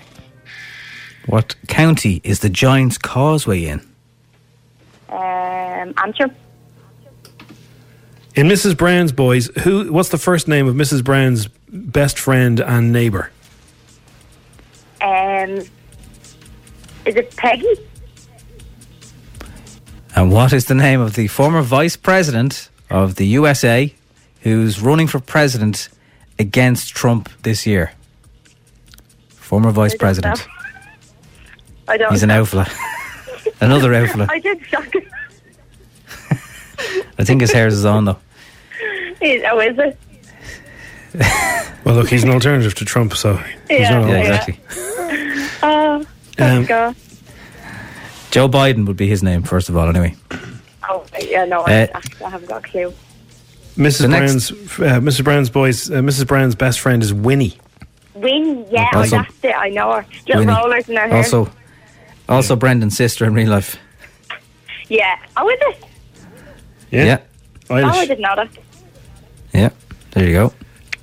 What county is the Giants Causeway in?
Um, Antrim.
In Mrs. Brown's Boys, who? What's the first name of Mrs. Brown's best friend and neighbor?
Um, is it Peggy?
And what is the name of the former vice president of the USA who's running for president against Trump this year? Former vice president.
I don't.
He's an outfla. Another outfla.
I did shock.
I think his hair is on though.
Is- oh, is it?
Well, look, he's an alternative to Trump, so he's
Yeah,
yeah,
not all that.
exactly.
Oh,
Um,
God.
Joe Biden would be his name first of all. Anyway,
Oh, yeah,
uh,
no, I, I haven't got a clue.
Mrs.
The next-
Brown's, uh, Mrs. Brown's boys, uh, Mrs. Brown's best friend is Winnie.
Win, yeah, oh,
Also-
that's it. I know her. Little
Winnie.
rollers in her hair.
also, also Brendan's sister in real life.
yeah. Oh, is it?
Yeah.
Oh, I didn't know that.
There you go.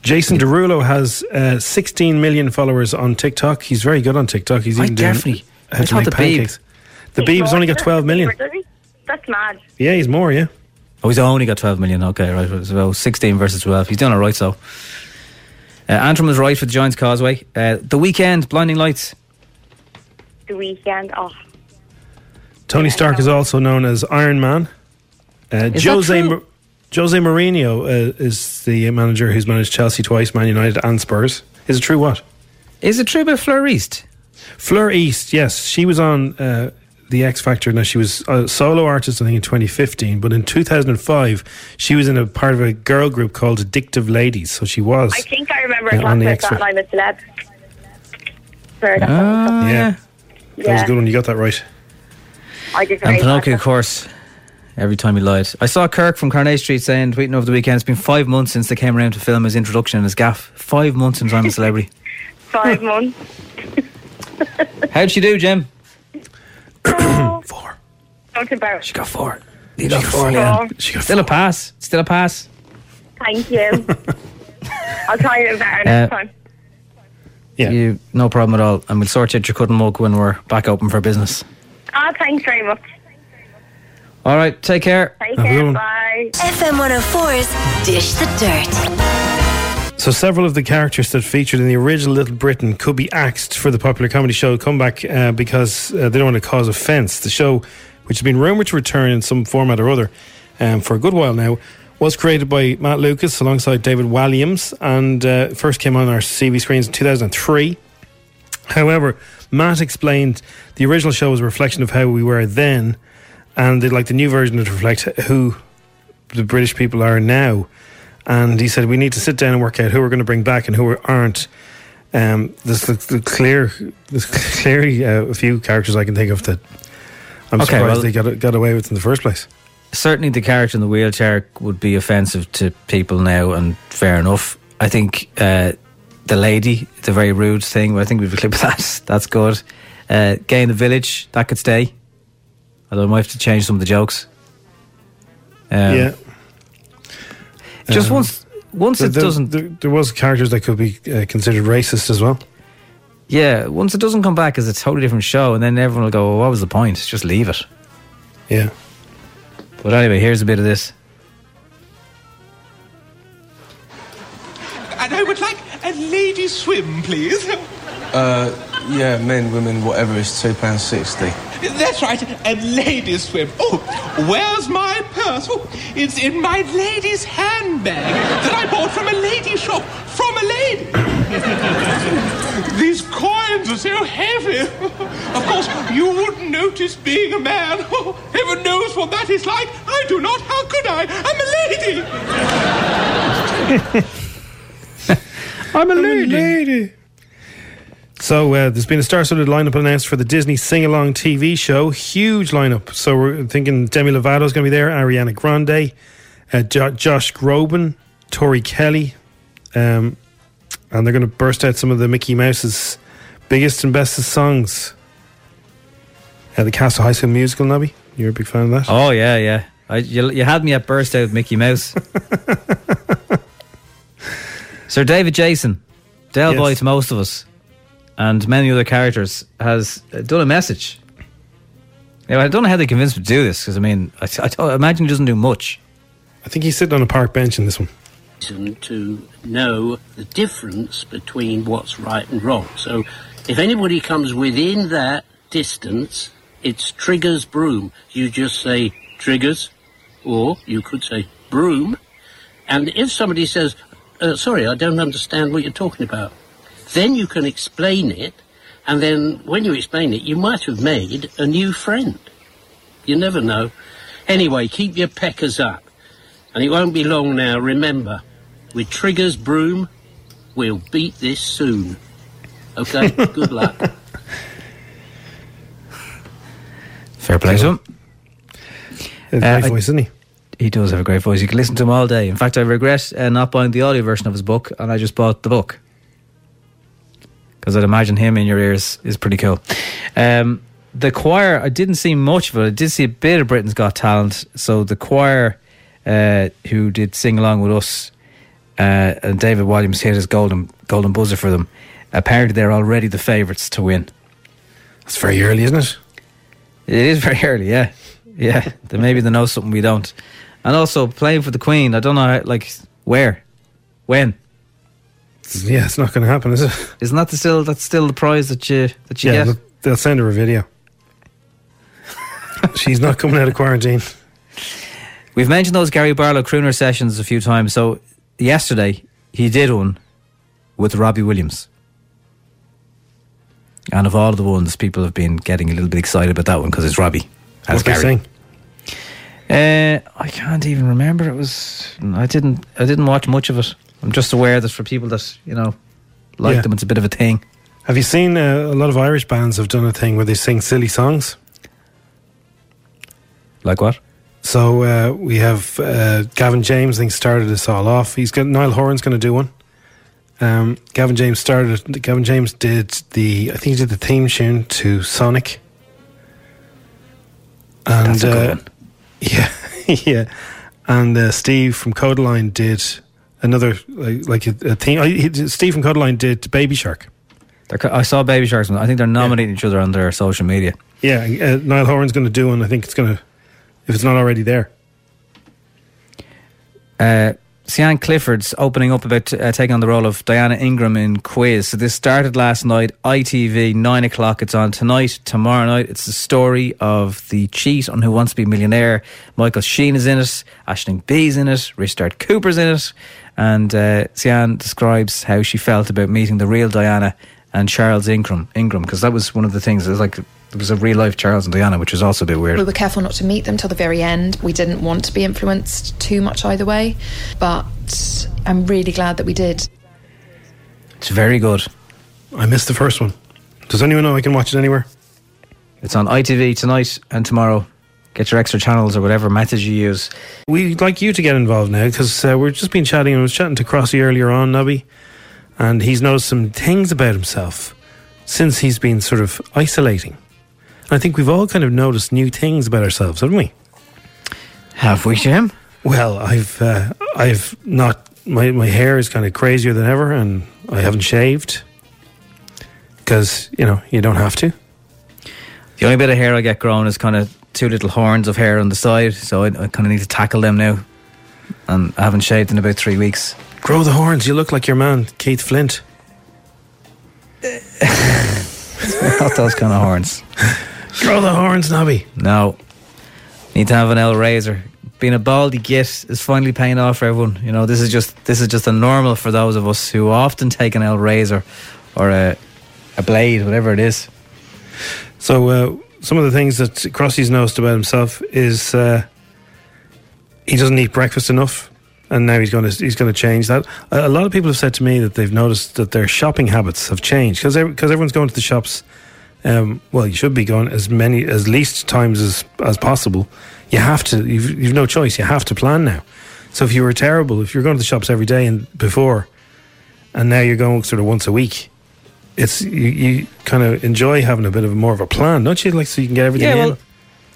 Jason Derulo has uh, 16 million followers on TikTok. He's very good on TikTok. He's
I
even doing
definitely-
how
I
to
thought
make
the Beeb-
pancakes. The Beeb's only got 12 million.
That's mad.
Yeah, he's more. Yeah.
Oh, he's only got 12 million. Okay, right. So 16 versus 12. He's doing all right, so. Uh, Antrim was right for the Giants Causeway. Uh, the weekend, Blinding Lights.
The weekend. Oh,
Tony Stark is also known as Iron Man. Uh,
that
Jose
true?
Mo- Jose Mourinho uh, is the manager who's managed Chelsea twice, Man United, and Spurs. Is it true? What
is it true about Fleur East?
Fleur East, yes, she was on uh, the X Factor. Now she was a solo artist, I think, in 2015. But in 2005, she was in a part of a girl group called Addictive Ladies. So she was.
I think I remember
Yeah,
a
on
class
the
like
extra-
that, and I'm a celeb. Sorry, that's all.
Ah, yeah.
That was
Yeah.
a good one. You got that right.
I did
And
very bad.
Pinocchio, of course. Every time he lied. I saw Kirk from Carnage Street saying, tweeting over the weekend, it's been five months since they came around to film his introduction and his gaff. Five months since I'm a celebrity.
Five months.
How'd she do, Jim?
Don't embarrass. She
got four. You got four, Leanne. Still a pass. Still a pass.
Thank you. I'll try and do better next
Uh,
time.
Yeah. You, no problem at all. And we'll sort you out your cut and mug when we're back open for business.
Oh, thanks very much.
All right. Take care.
Take care. Bye.
FM 104's Dish the Dirt.
So several of the characters that featured in the original Little Britain could be axed for the popular comedy show Comeback uh, because uh, they don't want to cause offence. The show, which has been rumoured to return in some format or other um, for a good while now, was created by Matt Lucas alongside David Walliams and uh, first came on our CV screens in 2003. However, Matt explained the original show was a reflection of how we were then, and the, like the new version would reflect who the British people are now. And he said we need to sit down and work out who we're going to bring back and who we aren't. Um, there's the, the clear, there's clearly uh, a few characters I can think of that I'm
Okay,
surprised
well-
they got got away with in the first place.
certainly the character in the wheelchair would be offensive to people now, and fair enough. I think uh, the lady, the very rude thing. I think we've a clip of that. That's good. Uh, gay in the village that could stay. Although I might have to change some of the jokes. Um,
yeah.
Just
Um,
once, once
there-
it
there-
doesn't.
There, there was characters that could be uh, considered racist as well.
Yeah, once it doesn't come back as a totally different show, and then everyone will go, well, "What was the point? Just leave it."
Yeah.
But anyway, here's a bit of this.
And I would like a lady swim, please.
Uh, yeah, men, women, whatever is two pounds sixty.
That's right, a lady swim. Oh, where's my purse? Oh, it's in my lady's handbag that I bought from a lady shop. From a lady. These coins are so heavy. Of course, you wouldn't notice being a man. Oh, heaven knows what that is like. I do not. How could I? I'm a lady.
I'm a lady. So uh, there's been a star-studded lineup announced for the Disney Sing Along TV show. Huge lineup. So we're thinking Demi Lovato's going to be there, Ariana Grande, uh, jo- Josh Groban, Tori Kelly, um, and they're going to burst out some of the Mickey Mouse's biggest and bestest songs. Uh, the cast of High School Musical, Nobby. You're a big fan of that.
Oh yeah, yeah. I, you, you had me at burst out Mickey Mouse. Sir David Jason, Del Boy to most of us, and many other characters has uh, done a message. Now I don't know how they convinced him to do this because I mean I, I don't- I imagine he doesn't do much.
I think he's sitting on a park bench in this one.
reason to know the difference between what's right and wrong. So if anybody comes within that distance, it's Trigger's broom. You just say Trigger's, or you could say broom. And if somebody says, uh, sorry, I don't understand what you're talking about, then you can explain it. And then when you explain it, you might have made a new friend. You never know. Anyway, keep your peckers up. And it won't be long now, remember. With Trigger's broom, we'll beat this soon. Okay, good luck.
Fair play to him.
He has a great voice, doesn't he?
He does have a great voice. You can listen to him all day. In fact, I regret uh, not buying the audio version of his book, and I just bought the book because I'd imagine him in your ears is pretty cool. Um, the choir, I didn't see much of it. I did see a bit of Britain's Got Talent. So the choir, uh, who did sing along with us, uh, and David Williams hit his golden golden buzzer for them. Apparently, they're already the favourites to win.
That's very early, isn't it?
It is very early, yeah, yeah. then maybe they know something we don't. And also playing for the Queen, I don't know, how, like where, when.
Yeah, it's not going to happen, is it?
Isn't that the still that's still the prize that you that you
yeah,
get?
they'll- they'll send her a video. She's not coming out of quarantine.
We've mentioned those Gary Barlow crooner sessions a few times. So yesterday he did one with Robbie Williams. And of all the ones, people have been getting a little bit excited about that one because it's Robbie. That's
What's he
Gary. Uh, I can't even remember. It was I didn't I didn't watch much of it. I'm just aware that for people that you know like
Yeah.
them, it's a bit of a thing.
Have you seen uh, a lot of Irish bands have done a thing where they sing silly songs?
Like what?
So uh, we have uh, Gavin James. I think started us all off. He's got Niall Horan's going to do one. Um, Gavin James started. Gavin James did the. I think he did the theme tune to Sonic. And
That's a good
uh, yeah, yeah, and uh, Steve from Codeline did another like, like a, a thing. I, he, Steve from Codeline did Baby Shark.
They're, co- I saw Baby Sharks. and I think they're nominating each other on their social media.
Yeah, uh, Niall Horan's going to do one. I think it's going to, if it's not already there.
Uh, Sian Clifford's opening up about uh, taking on the role of Diana Ingram in Quiz. So this started last night, ITV, 9 o'clock. It's on tonight, tomorrow night. It's the story of the cheat on Who Wants to Be a Millionaire. Michael Sheen is in it, Ashton B's in it, Richard Cooper's in it. And uh, Sian describes how she felt about meeting the real Diana and Charles Ingram, Ingram, because that was one of the things. It was like, there was a real life Charles and Diana, which was also a bit weird.
We were careful not to meet them till the very end. We didn't want to be influenced too much either way, but I'm really glad that we did.
It's very good.
I missed the first one. Does anyone know I can watch it anywhere?
It's on ITV tonight and tomorrow. Get your extra channels or whatever methods you use.
We'd like you to get involved now because uh, we've just been chatting. I was chatting to Crossy earlier on, Nobby, and he's noticed some things about himself since he's been sort of isolating. I think we've all kind of noticed new things about ourselves, haven't we?
Have we, Jim?
Well, I've uh, I've not my my hair is kind of crazier than ever, and I haven't shaved because you know you don't have to.
The only bit of hair I get grown is kind of two little horns of hair on the side, so I, I kind of need to tackle them now. And I haven't shaved in about three weeks.
Grow the horns. You look like your man, Keith Flint.
Not those kind of horns.
Grow the horns, Nobby.
No. Need to have an L razor. Being a baldy git is finally paying off for everyone. You know, this is just this is just a normal for those of us who often take an L razor or a a blade, whatever it is.
So uh, some of the things that Crossy's noticed about himself is uh, he doesn't eat breakfast enough, and now he's going to he's going to change that. A, a lot of people have said to me that they've noticed that their shopping habits have changed because because everyone's going to the shops. Um, well, you should be going as many as least times as as possible. You have to. You've, you've no choice. You have to plan now. So if you were terrible, if you're going to the shops every day and before, and now you're going sort of once a week, it's you, you kind of enjoy having a bit of a, more of a plan, don't you? Like so you can get everything.
Yeah,
in.
well,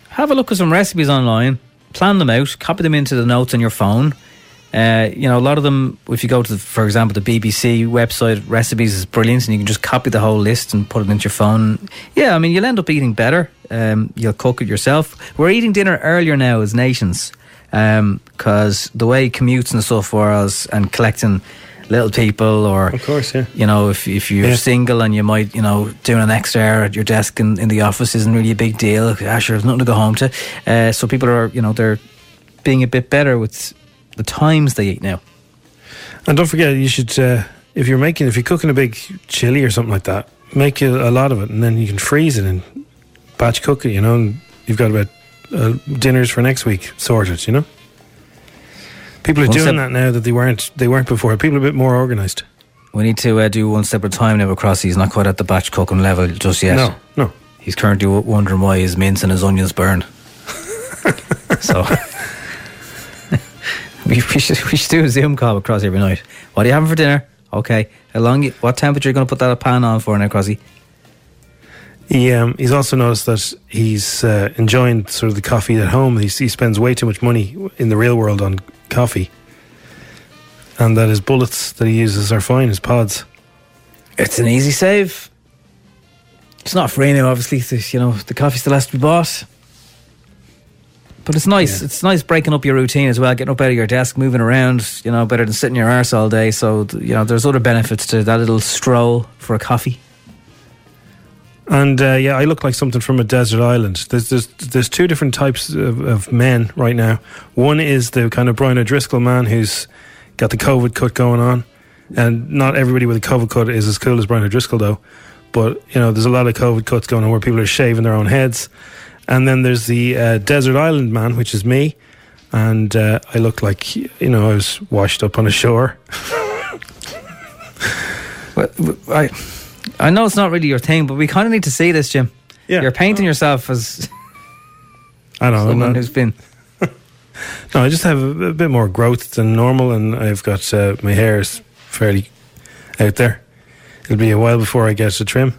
have a look at some recipes online, plan them out, copy them into the notes on your phone. Uh, you know, a lot of them, if you go to, the, for example, the BBC website, recipes is brilliant, and you can just copy the whole list and put it into your phone. Yeah, I mean, you'll end up eating better. Um, you'll cook it yourself. We're eating dinner earlier now as nations because the way commutes and stuff was and collecting little people or
of course, yeah.
you know, if if you're
Yeah.
single and you might, you know, doing an extra hour at your desk in, in the office isn't really a big deal. Ah, sure, there's nothing to go home to. Uh, so people are, you know, they're being a bit better with the times they eat now.
And don't forget, you should uh, if you're making if you're cooking a big chili or something like that, make a, a lot of it, and then you can freeze it and batch cook it. You know, and you've got about uh, dinners for next week sorted. You know, people are
One
doing
step-
that now that they weren't they weren't before. People are a bit more organised.
We need to uh, do one step at a time now across. He's not quite at the batch cooking level just yet.
No, no.
He's currently w- wondering why his mince and his onions burn. so we, we, should, we should do a Zoom call with Crossy every night. What are you having for dinner? Okay. How long? You, what temperature you going to put that pan on for now, Crossy?
He, um, he's also noticed that he's uh, enjoying sort of the coffee at home. He, he spends way too much money in the real world on coffee, and that his bullets that he uses are fine. His pods.
It's an easy save. It's not free now, obviously. This, you know, the coffee still has to be bought. But it's nice. It's nice breaking up your routine as well, getting up out of your desk, moving around, you know, better than sitting in your arse all day. So, th- you know, there's other benefits to that little stroll for a coffee.
And uh, yeah, I look like something from a desert island. There's there's, there's two different types of, of men right now. One is the kind of Brian O'Driscoll man who's got the COVID cut going on, and not everybody with a COVID cut is as cool as Brian O'Driscoll though. But you know, there's a lot of COVID cuts going on where people are shaving their own heads. And then there's the uh, desert island man, which is me, and uh, I look like you know I was washed up on a shore.
But, but I, I know it's not really your thing, but we kind of need to see this, Jim. Yeah. You're painting yourself as
I don't know.
someone
man.
who's been.
No, I just have a, a bit more growth than normal, and I've got uh, my hair is fairly out there. It'll be a while before I get a trim.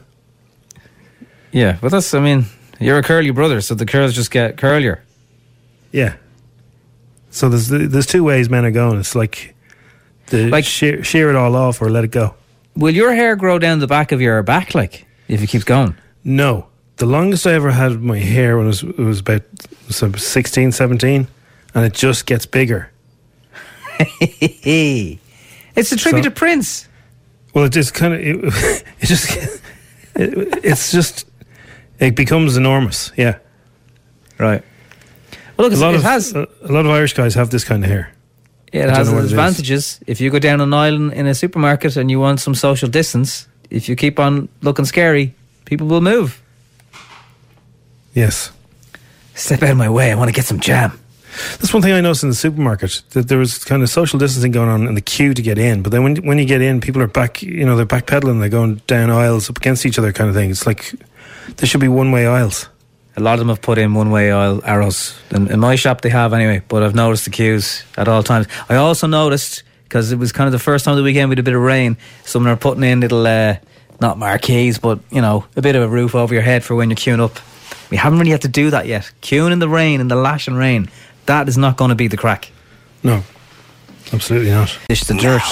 Yeah, but that's, I mean, you're a curly brother, so the curls just get curlier.
Yeah. So there's there's two ways men are going. It's like the like shear, shear it all off or let it go.
Will your hair grow down the back of your back like if it keeps going?
No. The longest I ever had my hair when it was, it was about so 16, 17, and it just gets bigger.
it's a tribute to Prince.
Well, it just kind of it, it just it, it's just it becomes enormous. Yeah,
right. Well, look,
a
it's-
lot
it
of
has-
a, a lot of Irish guys have this kind of hair.
Yeah,
I
it
don't
has
know what
its
is.
advantages. If you go down an aisle in a supermarket and you want some social distance, if you keep on looking scary, people will move.
Yes.
Step out of my way. I want to get some jam.
That's one thing I noticed in the supermarket that there was kind of social distancing going on in the queue to get in. But then when when you get in, people are back, you know, they're backpedaling, they're going down aisles up against each other, kind of thing. It's like there should be one way aisles.
A lot of them have put in one way aisle arrows. In, in my shop, they have anyway, but I've noticed the queues at all times. I also noticed, because it was kind of the first time of the weekend with a bit of rain, someone are putting in little, uh, not marquees, but, you know, a bit of a roof over your head for when you're queuing up. We haven't really had to do that yet. Queuing in the rain, in the lashing rain, that is not going to be the crack.
No, absolutely not.
It's the dirt.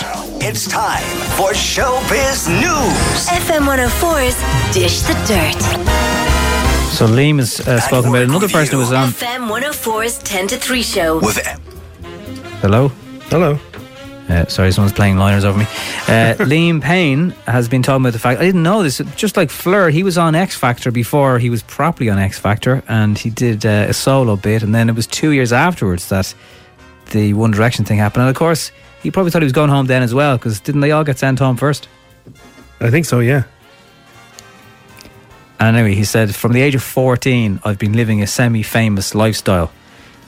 It's time for Showbiz News.
FM 104's Dish the Dirt.
So Liam has uh, spoken about another person who was on.
FM 104's 10 to 3 show.
Hello?
Hello?
Uh, sorry, someone's playing liners over me. Uh, Liam Payne has been talking about the fact I didn't know this. Just like Fleur, he was on X Factor before he was properly on X Factor, and he did uh, a solo bit, and then it was two years afterwards that the One Direction thing happened. And of course, he probably thought he was going home then as well, because didn't they all get sent home first?
I think so, yeah.
And anyway, he said, from the age of 14, I've been living a semi famous lifestyle.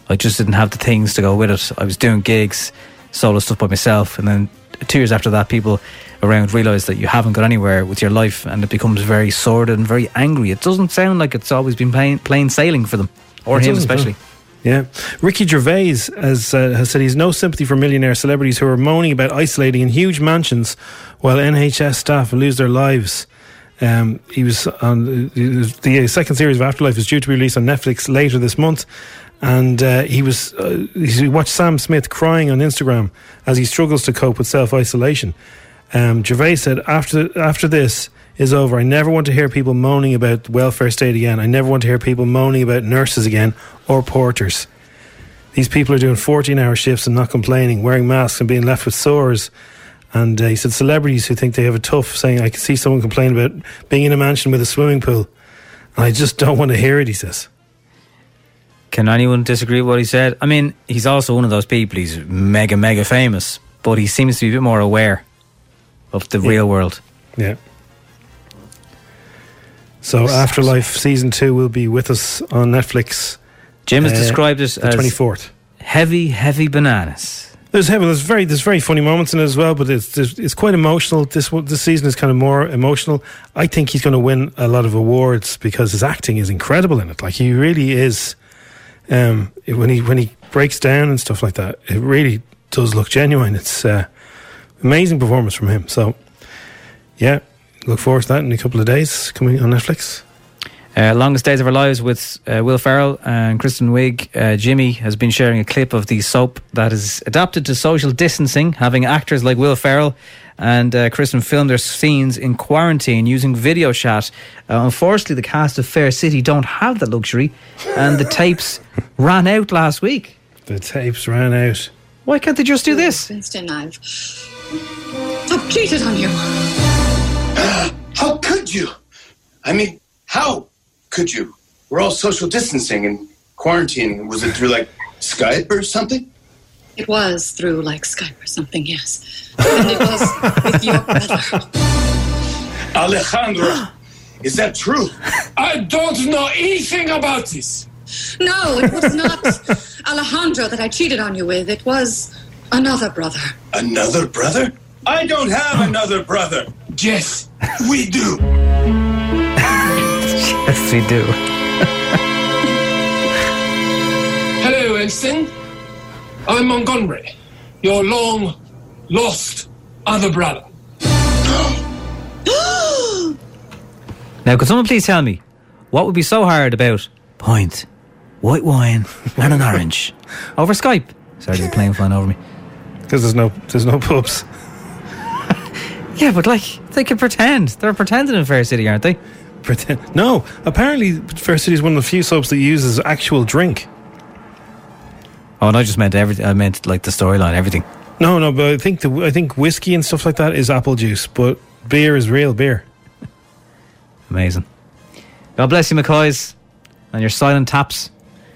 I just didn't have the things to go with it. I was doing gigs, solo stuff by myself. And then two years after that, people around realize that you haven't got anywhere with your life and it becomes very sordid and very angry. It doesn't sound like it's always been plain, plain sailing for them, or
It
him
doesn't,
especially.
Yeah. Ricky Gervais has, uh, has said he's no sympathy for millionaire celebrities who are moaning about isolating in huge mansions while NHS staff lose their lives. Um, he was on uh, the second series of Afterlife is due to be released on Netflix later this month, and uh, he was uh, he watched Sam Smith crying on Instagram as he struggles to cope with self isolation. Um, Gervais said, "After after this is over, I never want to hear people moaning about welfare state again. I never want to hear people moaning about nurses again or porters. These people are doing 14-hour shifts and not complaining, wearing masks and being left with sores." And uh, he said, celebrities who think they have it tough, saying, "I can see someone complain about being in a mansion with a swimming pool, and I just don't want to hear it." He says.
Can anyone disagree with what he said? I mean, he's also one of those people. He's mega, mega famous, but he seems to be a bit more aware of the real world.
Yeah. So Afterlife season two will be with us on Netflix.
Jim has
uh,
described it
the
as
twenty fourth.
Heavy, heavy bananas.
There's heavy. There's very there's very funny moments in it as well, but it's it's, it's quite emotional. This one- this season is kind of more emotional. I think he's going to win a lot of awards because his acting is incredible in it. Like he really is. Um, it- when he when he breaks down and stuff like that, it really does look genuine. It's uh, amazing performance from him. So, yeah, look forward to that in a couple of days coming on Netflix.
Uh, Longest Days of Our Lives with uh, Will Farrell and Kristen Wiig. Uh, Jimmy has been sharing a clip of the soap that is adapted to social distancing, having actors like Will Farrell and uh, Kristen film their scenes in quarantine using video chat. Uh, unfortunately, the cast of Fair City don't have that luxury, and the tapes ran out last week.
The tapes ran out.
Why can't they just do this?
Winston, I've. I've cheated on you.
How could you? I mean, how could you? We're all social distancing and quarantining. Was it through like Skype or something?
It was through like Skype or something, yes. And it was with your brother.
Alejandra,
is that true?
I don't know anything about this.
No, it was not Alejandro that I cheated on you with. It was another brother.
Another brother? I don't have another brother. Yes, we do.
Yes, we do.
Hello, Winston. I'm Montgomery, your long lost other brother.
Now, could someone please tell me what would be so hard about pint, white wine, and an orange over Skype? Sorry, there's a plane flying over me.
Because there's no there's no pubs.
yeah, but like they can pretend. They're pretending in Fair City, aren't they?
Pretend. No, apparently Fair City is one of the few soaps that uses actual drink.
Oh, and I just meant everything. I meant like the storyline, everything.
No, no, but I think the I think whiskey and stuff like that is apple juice, but beer is real beer.
Amazing. God bless you, McCoys, and your silent taps.